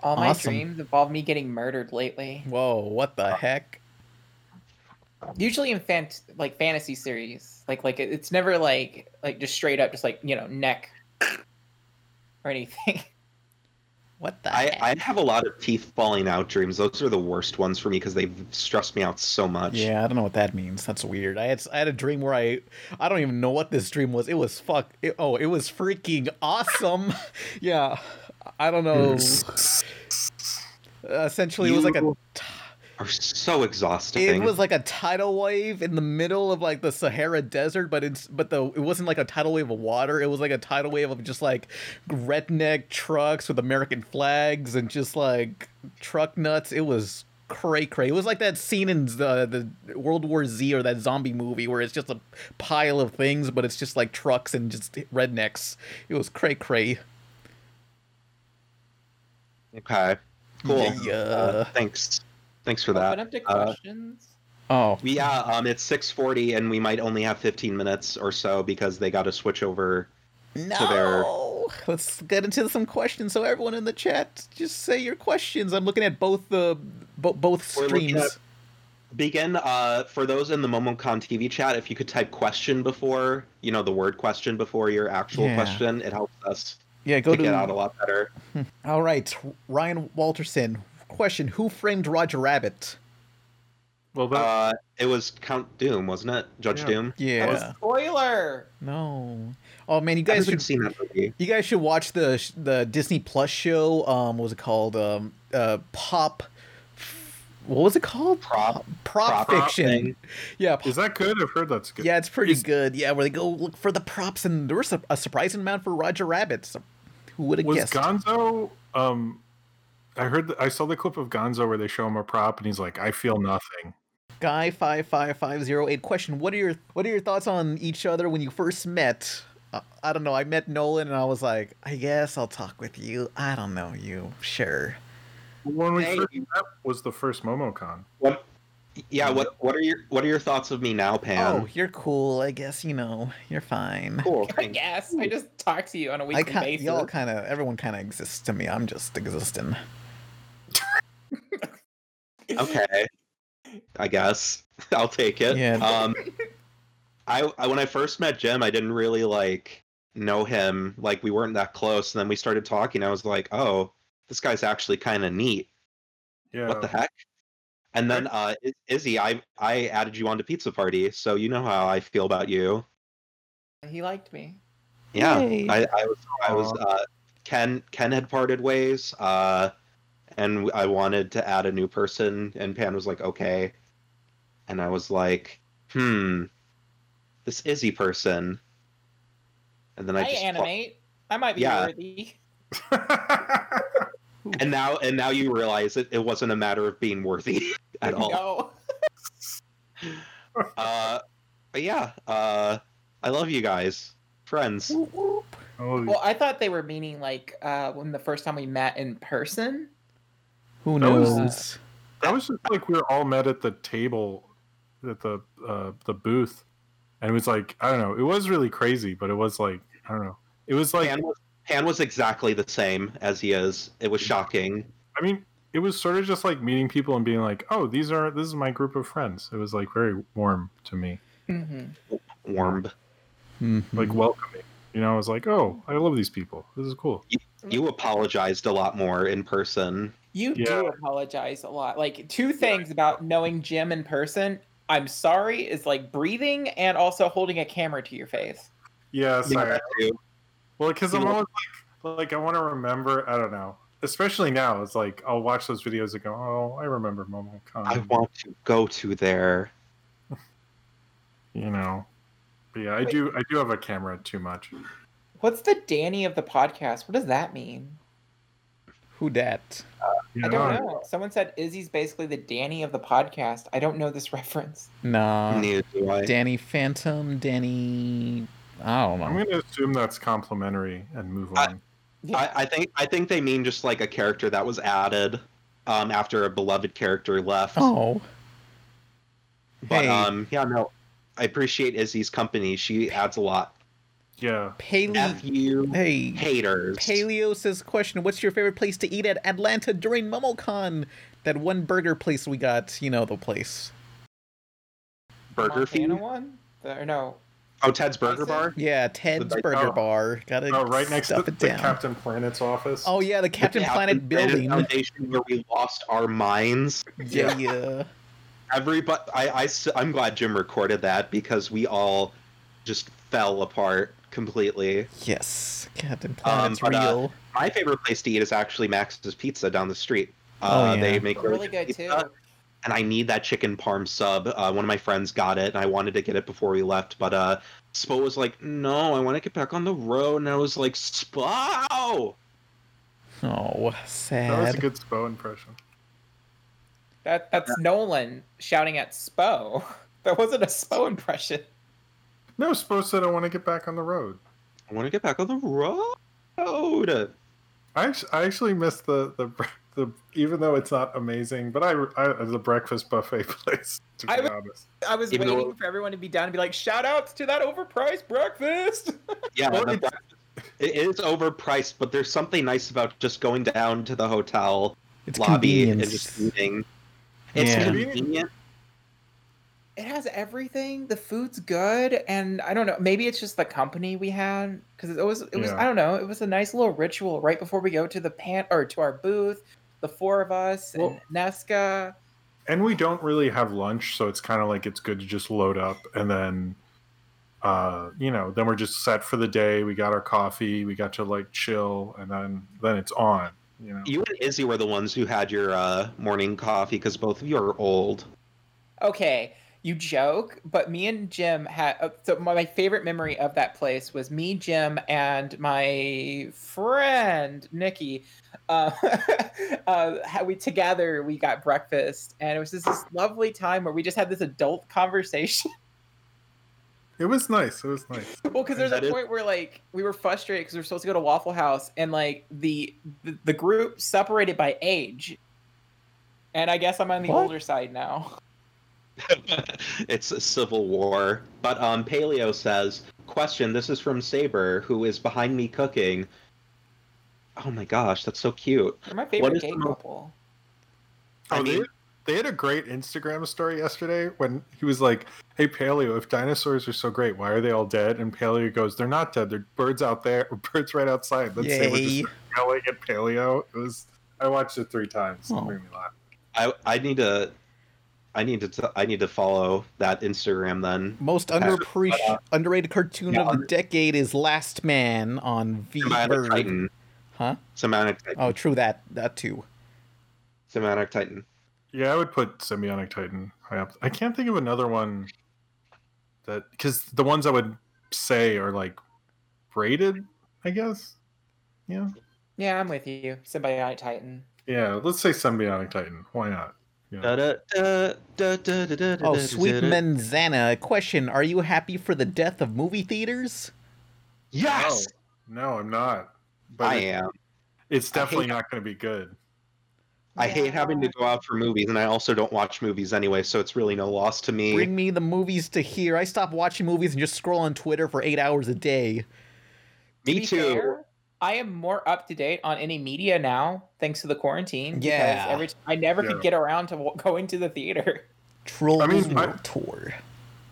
All my Awesome. dreams involve me getting murdered lately. Whoa, what the heck? Usually in fant- like fantasy series, like like it- it's never like like just straight up, just like you know neck or anything. What the I, heck? I have a lot of teeth falling out dreams. Those are the worst ones for me because they've stressed me out so much. Yeah, I don't know what that means. That's weird. I had I had a dream where I I don't even know what this dream was. It was fuck. It, oh, it was freaking awesome. yeah, I don't know. Essentially, it was like a You Are so it exhausting. was like a tidal wave in the middle of like the Sahara desert, but it's but the it wasn't like a tidal wave of water. It was like a tidal wave of just like redneck trucks with American flags and just like truck nuts. It was cray cray. It was like that scene in the the World War Z or that zombie movie where it's just a pile of things, but it's just like trucks and just rednecks. It was cray cray. okay. Cool. Yeah. Uh, thanks. Thanks for that. Open up to Uh, questions. Oh, Yeah, um, it's six forty, and we might only have fifteen minutes or so because they got to switch over. So they're- No. Let's get into some questions. So everyone in the chat, just say your questions. I'm looking at both the bo- both We're looking streams. at- Begin. Uh, for those in the MomoCon TV chat, if you could type "question" before, you know, the word "question" before your actual Yeah. question, it helps us Yeah, go to, get out a to. lot better. All right, Ryan Walterson. Question: Who framed Roger Rabbit? Well, that, Uh, it was Count Doom, wasn't it? Judge Yeah. Doom. That was spoiler. No. Oh man, you I guys haven't should seen that movie. you guys should watch the sh- the Disney Plus show. Um, what was it called? Um, uh, pop. What was it called? Prop- prop, prop thing. fiction. Yeah, is that good? I've heard that's good. Yeah, it's pretty good. Yeah, where they go look for the props, and there was a, a surprising amount for Roger Rabbit. So who would have was guessed? Gonzo? Um, I heard. th- I saw the clip of Gonzo where they show him a prop, and he's like, "I feel nothing." Guy five five five zero eight. Question: What are your what are your thoughts on each other when you first met? Uh, I don't know. I met Nolan, and I was like, I guess I'll talk with you. I don't know you. Sure. When we Hey. first met was the first MomoCon. What? Yeah. What? What are your What are your thoughts of me now, Pam? oh, you're cool. I guess you know you're fine. cool. I thanks. guess I just talk to you on a I weekly kind basis. y'all kind of everyone kind of exists to me. I'm just existing. okay i guess i'll take it Yeah. um I, I when i first met jim i didn't really like know him like we weren't that close and then we started talking i was like oh this guy's actually kind of neat Yeah. what the heck and then uh I- izzy i i added you onto pizza party so you know how i feel about you He liked me. yeah Yay. I, I was i was uh ken ken had parted ways uh and i wanted to add a new person and pan was like okay and i was like hmm this izzy person and then I, i, just animate. I might be Yeah. worthy. and now and now you realize it, it wasn't a matter of being worthy at all No. uh but yeah uh i love you guys friends Oh, Well, I thought they were meaning like uh, when the first time we met in person. Who That was- knows? that was just like we were all met at the table, at the uh, the booth, and it was like I don't know. It was really crazy, but it was like I don't know. It was like pan was, pan was exactly the same as he is it was shocking I mean, it was sort of just like meeting people and being like, "Oh, these are this is my group of friends." It was like very warm to me, Mm-hmm. warm Mm-hmm. like welcoming. You know, I was like, "Oh, I love these people. This is cool." you apologized a lot more in person. You do Yeah. apologize a lot. Like two things about knowing Jim in person. I'm sorry is like breathing and also holding a camera to your face. Yeah, sorry. that too. Well, because I'm Yeah. always like, like I want to remember. I don't know. Especially now, it's like I'll watch those videos and go, "Oh, I remember MomoCon." I want to go to there. you know. But yeah, I do. I do have a camera too much. What's the Danny of the podcast? What does that mean? Who dat? You I don't know. Someone said Izzy's basically the Danny of the Uh, podcast. I don't know this reference. Nah. Neither do I. Danny Phantom, Danny I don't know. I'm going to assume that's complimentary and move I- on. I, I think I think they mean just like a character that was added um, after a beloved character left. oh. But hey, um, yeah, no, I appreciate Izzy's company. She adds a lot. yeah. Paley. F you, hey, haters. Paleo says, "Question: What's your favorite place to eat at Atlanta during MomoCon? That one burger place we got, you know the place. Burger Montana Feed. one? The- or no. Oh, Ted's Burger Bar. Yeah, Ted's Like, Burger oh. Bar. Gotta Oh, right next to stuff the it down. Captain Planet's office. oh yeah, the Captain Planet building. Foundation where we lost our minds. Yeah, yeah. Everybody, I, I, s- I'm glad Jim recorded that because we all just fell apart completely. Yes, Captain Planet's but, uh, real. My favorite place to eat is actually Max's Pizza down the street. Oh, Uh, yeah. They make Really good too. pizza, And I need that chicken parm sub. Uh, one of my friends got it, and I wanted to get it before we left, but uh, Spo was like, "No, I want to get back on the road," and I was like, "Spo!" oh, that was sad. a good Spo impression. That that's Nolan shouting at Spo. That wasn't a Spo impression. No, Spo said I want to get back on the road. I want to get back on the road. I actually, I actually missed the, the bre- the even though it's not amazing, but I, I the breakfast buffet place to be I was- honest. I was Even though- waiting for everyone to be down and be like, shout outs to that overpriced breakfast. Yeah, Well, the it's- breakfast- it is overpriced, but there's something nice about just going down to the hotel it's lobby convenient. and just eating. It's Yeah. convenient. it has everything. The food's good, and I don't know. Maybe it's just the company we had because it was it was Yeah. I don't know. It was a nice little ritual right before we go to the pan or to our booth. The four of us Well- and Nesca. And we don't really have lunch, so it's kind of like it's good to just load up and then uh, you know, then we're just set for the day. We got our coffee, we got to like chill and then then it's on, you know. You and Izzy were the ones who had your uh, morning coffee because both of you are old. Okay, you joke, but me and Jim had uh, so my, my favorite memory of that place was me, Jim, and my friend Nikki. Uh, uh, how we together we got breakfast, and it was just this lovely time where we just had this adult conversation. It was nice. It was nice. Well, because there's a That is- point where like we were frustrated because we were supposed to go to Waffle House and like the the, the group separated by age, and I guess I'm on the What? older side now. it's a civil war. But um, Paleo says, question, this is from Saber, who is behind me cooking. Oh my gosh, that's so cute. They're my favorite is gay the mo- couple. I Oh, they, mean- they had a great Instagram story yesterday when he was like, "Hey Paleo, if dinosaurs are so great, why are they all dead?" And Paleo goes, "They're not dead. They're birds out there, birds right outside." Then Saber Yay. just yelling at Paleo. It was. I watched it three times. It Oh. made me laugh. I, I need to. I need to. T- I need to follow that Instagram then. Most underappreci- uh, underrated cartoon yeah, of the under- decade is Last Man on V. Semantic Verve. Titan. Huh? Semantic Titan. Oh, true that that too. Semantic Titan. Yeah, I would put Symbiotic Titan high up. I can't think of another one that because the ones I would say are like braided. I guess. Yeah. Yeah, I'm with you. Symbiotic Titan. Yeah. Let's say Symbiotic Titan. Why not? Da, da, da, Uh, da, da, da, da, Oh, da, Sweet da, da. Manzana. Question: Are you happy for the death of movie theaters? Yes, No, I'm not. I it- am. It's I hate definitely not going to be good. I hate having to go out for movies, and I also don't watch movies anyway, so it's really no loss to me. Bring me the movies to hear. I stop watching movies and just scroll on Twitter for eight hours a day. To me be too. fair, I am more up to date on any media now thanks to the quarantine. because Yeah. Every t- I never Yeah. could get around to w- going to the theater. Trolls I mean, I- World Tour.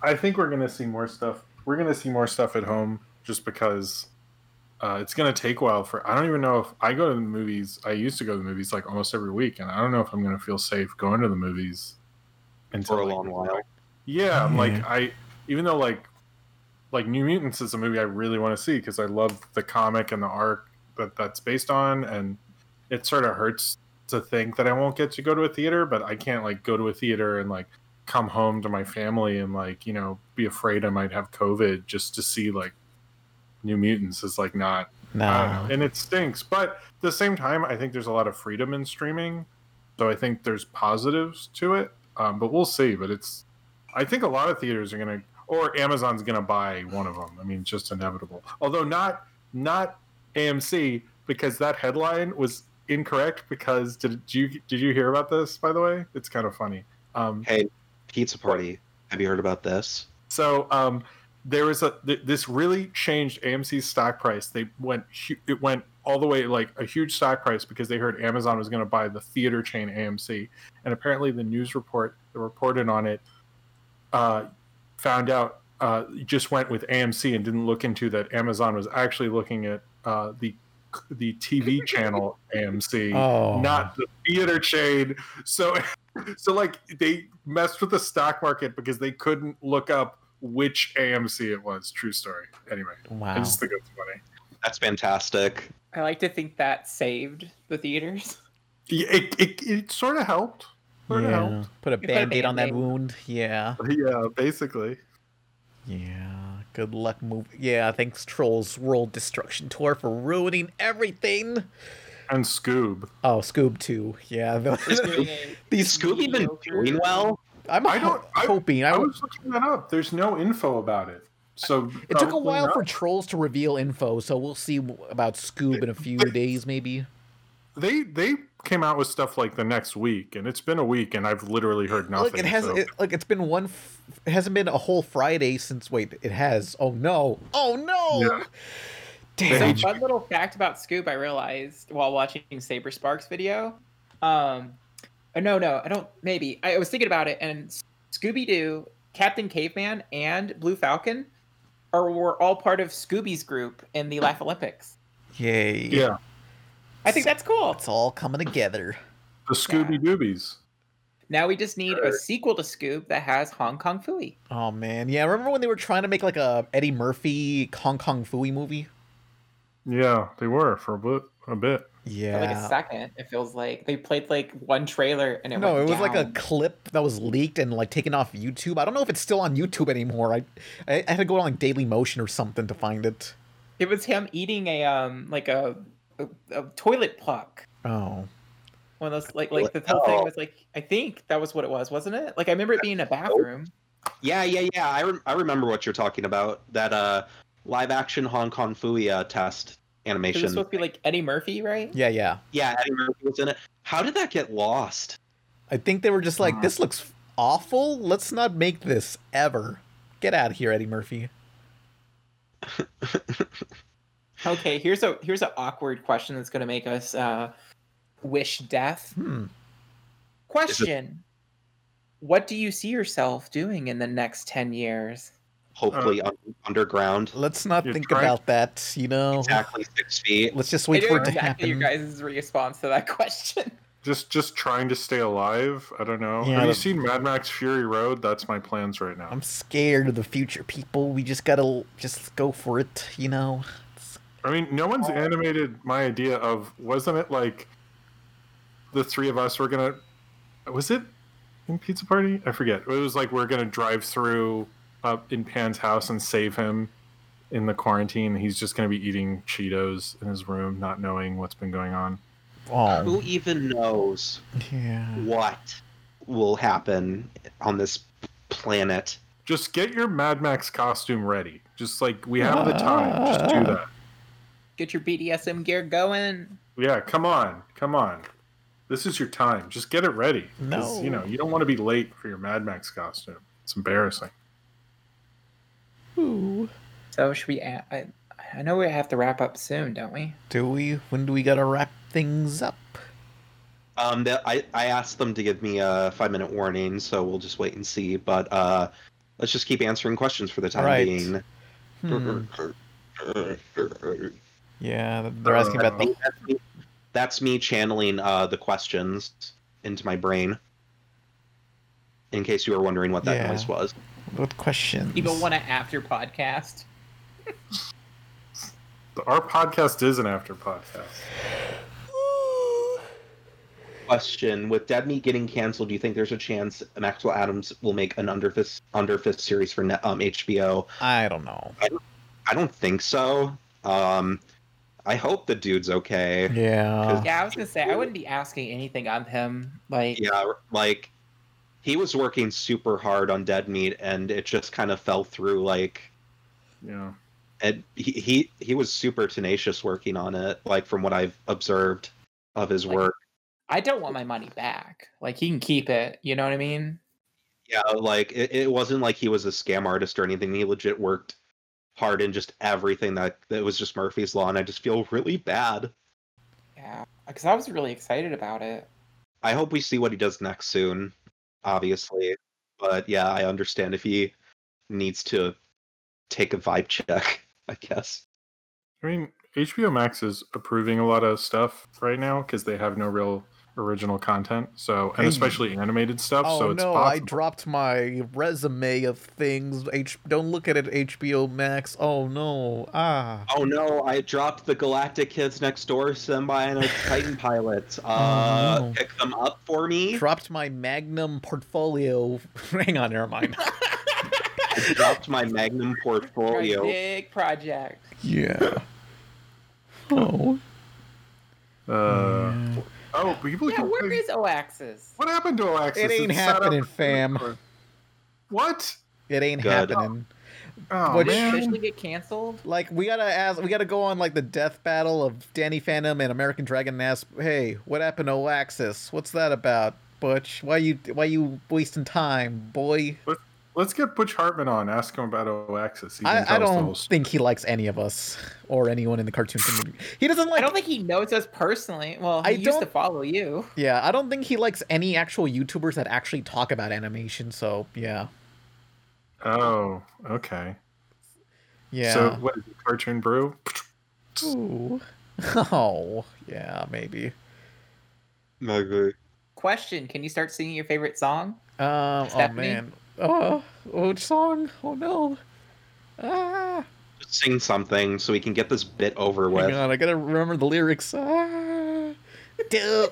I think we're going to see more stuff. We're going to see more stuff at home just because uh, it's going to take a while for. I don't even know if I go to the movies. I used to go to the movies like almost every week, and I don't know if I'm going to feel safe going to the movies until for a like, long while. Yeah, I'm like I even though like like New Mutants is a movie I really want to see because I love the comic and the arc that that's based on, and it sort of hurts to think that I won't get to go to a theater, but I can't like go to a theater and like come home to my family and like you know be afraid I might have COVID just to see like New Mutants is like not I don't No. know. Uh, and it stinks. But at the same time, I think there's a lot of freedom in streaming, so I think there's positives to it. Um, but we'll see. But it's, I think a lot of theaters are gonna or Amazon's going to buy one of them. I mean, just inevitable. Although not not AMC because that headline was incorrect. Because did, did you did you hear about this? By the way, it's kind of funny. Um, Hey, pizza party. Have you heard about this? so um, there was a th- this really changed AMC's stock price. They went hu- it went all the way like a huge stock price because they heard Amazon was going to buy the theater chain AMC, and apparently the news report that reported on it uh, found out uh, just went with AMC and didn't look into that Amazon was actually looking at uh, the the TV channel AMC, Oh. not the theater chain. So so like they messed with the stock market because they couldn't look up which AMC it was. True story. Anyway, I Wow. just think it's funny. That's fantastic. I like to think that saved the theaters. Yeah, It, it, it sort of helped. Sort of Yeah. Put a put a band aid on that Band-Aid. wound. Yeah. helped. Yeah, basically. Yeah. Good luck movie. Yeah, thanks Trolls World Destruction Tour for ruining everything. And Scoob. Oh, Scoob 2. Yeah. the- These Scooby been doing well? I'm I don't- I- hoping. I, I w- was looking that up. There's no info about it. So it took a probably while not. for Trolls to reveal info, so we'll see w- about Scoob in a few days, maybe. they they came out with stuff like the next week, and it's been a week, and I've literally heard nothing. Look, it has so- it, look. It's been one. F- it hasn't been a whole Friday since. Wait, it has. Oh no! Oh no! Yeah. Damn. They- Fun little fact about Scoob I realized while watching Saber Sparks video. Um, uh, no, no, I don't. Maybe I was thinking about it, and Scooby Doo, Captain Caveman, and Blue Falcon are were all part of Scooby's group in the Laugh Olympics. Yay! yeah, I think that's cool. It's all coming together. the Scooby Doobies. Now we just need a sequel to Scoob that has Hong Kong Fooey. Oh man, yeah. Remember when they were trying to make like a Eddie Murphy Hong Kong Fooey movie? Yeah, they were for a bit. A bit. For Yeah. Like a second, it feels like they played like one trailer and it no, it went was like a down. clip that was leaked and like taken off YouTube. I don't know if it's still on YouTube anymore. I I, I had to go on like Daily Motion or something to find it. It was him eating a um like a a, a toilet pluck. Oh. One of those like like the whole Oh. thing was like I think that was what it was, wasn't it? Like I remember it being in a bathroom. Yeah, yeah, yeah. I, rem- I remember what you're talking about. That uh, live action Hong Kong Fuya test It was animation. supposed to be like Eddie Murphy, right? Yeah, yeah. Yeah, Eddie Murphy was in it. How did that get lost? I think they were just Uh-huh. like, this looks awful. Let's not make this ever. Get out of here, Eddie Murphy. Okay, here's a here's an awkward question that's gonna make us uh wish death. Hmm. Question. What do you see yourself doing in the next ten years? Hopefully Uh, un- underground. uh-huh. Let's not You're think trying- about that, you know? Exactly six feet. Let's just I wait know for it to exactly your happen. guys' response to that question. Just just trying to stay alive. I don't know. Yeah, Have you that's- seen Mad Max Fury Road? That's my plans right now. I'm scared of the future, people. We just gotta l- just go for it, you know? I mean, no one's animated my idea of wasn't it like the three of us were gonna was it in pizza party? I forget. It was like we're gonna drive through up in Pan's house and save him in the quarantine. He's just gonna be eating Cheetos in his room, not knowing what's been going on. Oh, Who even knows yeah. Hmm. what will happen on this planet? Just get your Mad Max costume ready. Just like we have the time. Just do that. Get your BDSM gear going. Yeah, come on, come on. This is your time. Just get it ready. 'Cause, You No. know, you don't want to be late for your Mad Max costume. It's embarrassing. So should we? a- I, I know we have to wrap up soon, don't we? Do we? When do we gotta wrap things up? Um, that I, I asked them to give me a five minute warning, so we'll just wait and see. But uh, let's just keep answering questions for the time Right. being. Hmm. Mm-hmm. I Yeah, they're asking about the. think that's me, that's me channeling uh, the questions into my brain. In case you were wondering what that Yeah. noise was. What questions? Even want to after podcast. Our podcast is an after podcast. Question: With Dead Meat getting canceled, do you think there's a chance Maxwell Adams will make an Underfist Underfist series for net, um, HBO? I don't know. I don't think so. Um, I hope the dude's okay. Yeah. Yeah, I was gonna say I wouldn't be asking anything of him. Like, yeah like he was working super hard on Dead Meat, and it just kind of fell through. Like, Yeah. and he he, he was super tenacious working on it. Like from what I've observed of his Like- work, I don't want my money back. Like he can keep it. You know what I mean? yeah, like it, it wasn't like he was a scam artist or anything. He legit worked hard in just everything that that was just Murphy's Law, and I just feel really bad. Yeah. Because I was really excited about it. I hope we see what he does next soon, obviously. But yeah, I understand if he needs to take a vibe check, I guess. I mean, HBO Max is approving a lot of stuff right now because they have no real original content. So, and Hey. especially animated stuff. Oh so it's no, I possible. dropped my resume of things. H- don't look at it, HBO Max. Oh no. Ah. Oh no, I dropped the Galactic Kids Next Door Symbiote Titan pilots. Uh, Oh, no. Pick them up for me. Dropped my Magnum portfolio. Hang on, never mind. I dropped my Magnum Oh, For a portfolio. big project. yeah. Oh. Uh, Mm. Oh, people Yeah, can where play- is Oaxis? What happened to Oaxis? It ain't It's set up- happening, fam. What? It ain't Good. happening. Oh What- Did it man. officially get canceled? Like we gotta ask, we gotta go on like the death battle of Danny Phantom and American Dragon and ask, hey, what happened to Oaxis? What's that about, Butch? Why you why you wasting time, boy? Let's get Butch Hartman on. Ask him about Oaxis. He can tell I, I us the whole don't story. think he likes any of us or anyone in the cartoon community. He doesn't like. I don't think he knows us personally. Well, he I used to don't- follow you. yeah, I don't think he likes any actual YouTubers that actually talk about animation. So yeah, Oh, okay. yeah. So what is it, cartoon brew? Ooh. Oh yeah, maybe. Okay. Question: Can you start singing your favorite song? Um. Oh Stephanie? man. Oh, which song? Oh no. Ah. Just sing something so we can get this bit over Hang with. on, I gotta remember the lyrics. Ah, do,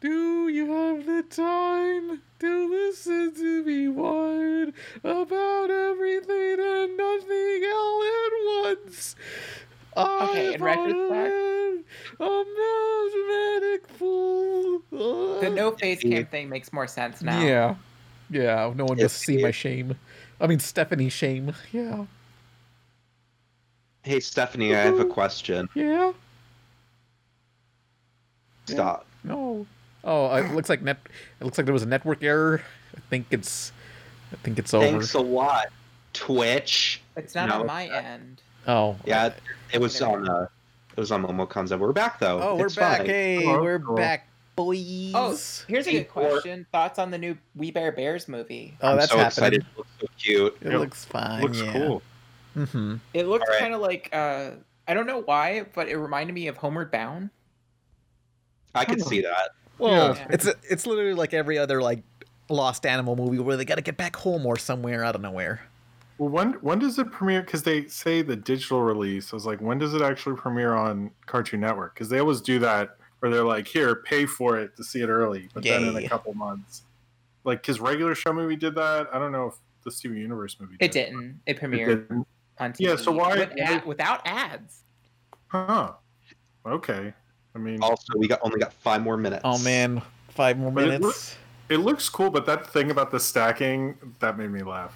do you have the time to listen to me whine about everything and nothing all at once? Okay, in I've already retrospect- been a mathematic fool. Ah. The Mm. no face yeah. cam thing makes more sense now. Yeah, yeah. No one Yes, must see it my is. shame. I mean, Stephanie's shame. Yeah, Hey, Stephanie, I have a question. yeah. Yeah. Stop. No. Oh, it looks like net. It looks like there was a network error. I think it's. I think it's over. Thanks a lot, Twitch. It's not No. on my end. Oh. Yeah, it, it was on uh, it was on Momokon's. We're back though. Oh, we're It's back. fine. Hey, Hello. we're Hello. back, boys. Oh, here's a good Before- question. Thoughts on the new We Bear Bears movie? Oh, I'm that's so happening. excited. It looks so cute. It Yeah, looks fine. Looks Uh, yeah. cool. Mm-hmm. It looked All right. kind of like uh, I don't know why, but it reminded me of Homeward Bound. I could see that. Well, Yeah. it's it's literally like every other like lost animal movie where they got to get back home or somewhere out of nowhere. Well, when when does it premiere? Because they say the digital release. I was like, when does it actually premiere on Cartoon Network? Because they always do that, where they're like, here, pay for it to see it early, but then in Yay. a couple months, like because regular show movie did that. I don't know if the Steven Universe movie. It did. didn't. It It premiered didn't. on TV. Yeah, so why- with ad- without ads? Huh. Okay. I mean, Also, we got only got five more minutes. Oh man, five more But it minutes. loo- it looks cool, but that thing about the stacking that made me laugh.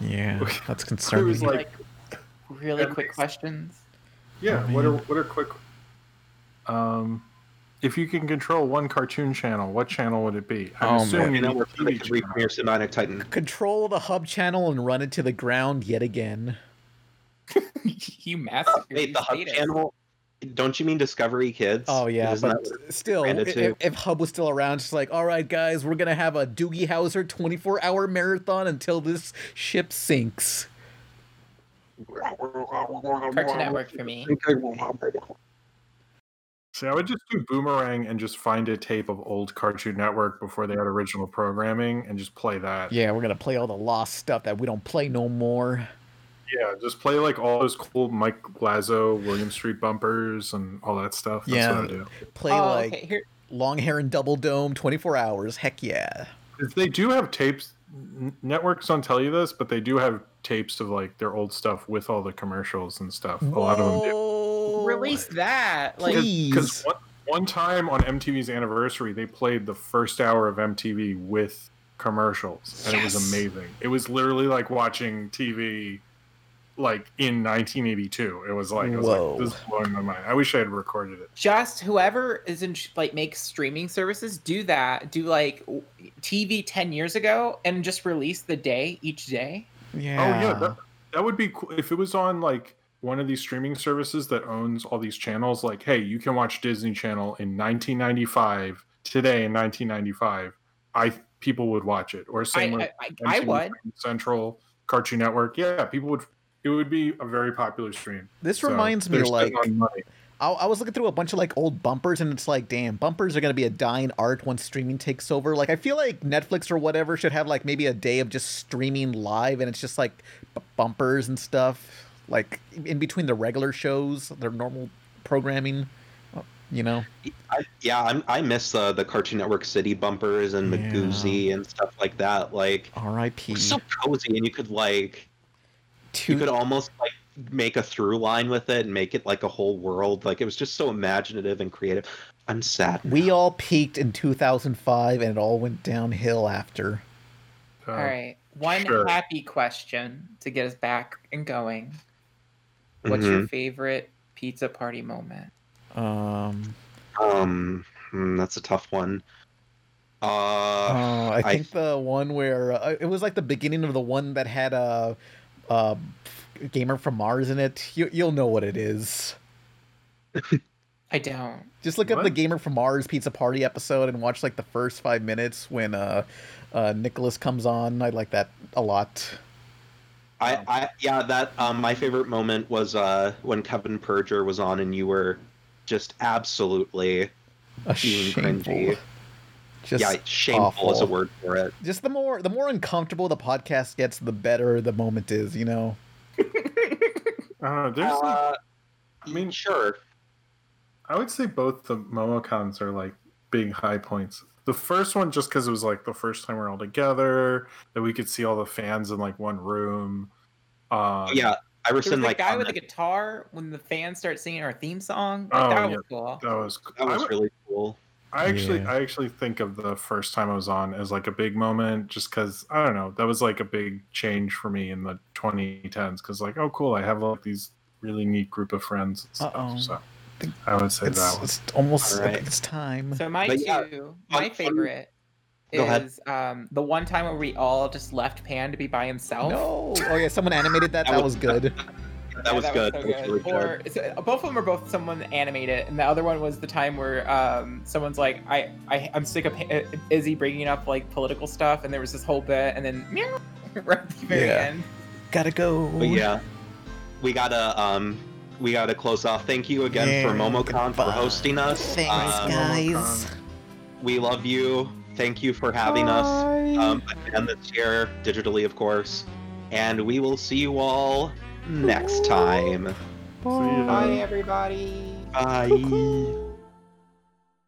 yeah, that's It concerning. was like, Like, really That quick makes- questions. yeah. Oh, what are man. what are quick? Um, if you can control one cartoon channel, what channel would it be? I'm Oh, assuming You know, it's we're a going TV to channel. premiere Symbionic Titan. Control the hub channel and run it to the ground yet again. you massacred Wait, these the Hub data. channel? Don't you mean Discovery Kids? Oh yeah, Isn't but that- still, Brandon if, too. if Hub was still around, it's like, all right, guys, we're gonna have a Doogie Howser 24-hour marathon until this ship sinks. Cartoon Network for me. See, I would just do Boomerang and just find a tape of old Cartoon Network before they had original programming and just play that. Yeah, we're gonna play all the lost stuff that we don't play no more. Yeah, just play like all those cool Mike Glazo, William Street bumpers, and all that stuff. That's Yeah. what I do. Play oh, like okay. Here, Long Hair and Double Dome 24 hours. Heck yeah. 'Cause They do have tapes. n- Networks don't tell you this, but they do have tapes of like their old stuff with all the commercials and stuff. A lot of them Oh, do. Whoa. release that. Like, Please. Because one, one time on MTV's anniversary, they played the first hour of MTV with commercials, and it was amazing. It was literally like watching TV, like in 1982. It was like, it was Whoa. like this is blowing my mind. I wish I had recorded it. just whoever is in like makes streaming services do that do like w- tv 10 years ago and just release the day each day Yeah. Oh yeah, that, that would be cool if it was on like one of these streaming services that owns all these channels. Like, hey, you can watch Disney Channel in 1995 today in 1995. I people would watch it, or I, same I, with I, I MTV, would Central Cartoon Network. Yeah, people would. It would be a very popular stream. This So, reminds me, they're spending like- on money. I, I was looking through a bunch of like old bumpers, and it's like, damn, bumpers are gonna be a dying art once streaming takes over. Like, I feel like Netflix or whatever should have like maybe a day of just streaming live, and it's just like b- bumpers and stuff, like in between the regular shows, their normal programming. You know, I, yeah, I'm, I miss uh, the Cartoon Network City bumpers and Yeah. Magoozy and stuff like that. Like, R.I.P. it was so cozy, and you could like you Two- could almost like make a through line with it and make it like a whole world. Like, it was just so imaginative and creative. I'm sad. we all peaked in 2005, and it all went downhill after. Uh, all right one sure. happy question to get us back and going what's Mm-hmm. your favorite pizza party moment Um, Um, hmm, that's a tough one. Uh, Oh, I I- think the one where uh, it was like the beginning of the one that had a, a gamer from Mars in it. You, you'll know what it is. i don't Just look up the What? gamer from Mars pizza party episode and watch like the first five minutes when uh, uh, Nicholas comes on. I like that a lot. I, I, yeah, that um, my favorite moment was uh when Kevin Perger was on and you were just absolutely A Being shameful. cringy. Just yeah shameful is a awful. word for it. Just the more the more uncomfortable the podcast gets, the better the moment is. You know. Uh, there's like, Uh, I mean- sure. I would say both the Momocons are like big high points. The first one, just because it was like the first time we are all together, that we could see all the fans in like one room. Um, Yeah, I there was rescind the my guy comment. with the guitar when the fans start singing our theme song like, Oh, that yeah. was cool that was. That I was would- really cool. I actually, Yeah. I actually think of the first time I was on as like a big moment, just because I don't know, that was like a big change for me in the 2010s. Because like, oh cool, I have like these really neat group of friends. And Uh-oh. stuff, so I would say that It's, one. it's almost All right. it's time. So my But two, yeah, my um, favorite go ahead. is um, the one time where we all just left Pan to be by himself. No. Oh yeah, someone animated that. That That was- was good. Yeah, that Yeah, was good. so that was really good. Or so, both of them are both someone animated, and the other one was the time where um, someone's like, I, I, I'm sick of Pa- uh, Izzy bringing up like political stuff, and there was this whole bit, and then meow, right at the very Yeah. end. Gotta go. But yeah, we gotta um, we gotta close off. Thank you again for Yeah, MomoCon for goodbye. hosting us. Thanks, Um, guys. We love you. Thank you for having us um, again this year, digitally, of course. And we will see you all next time. See Oh, ya. Bye, everybody. Bye.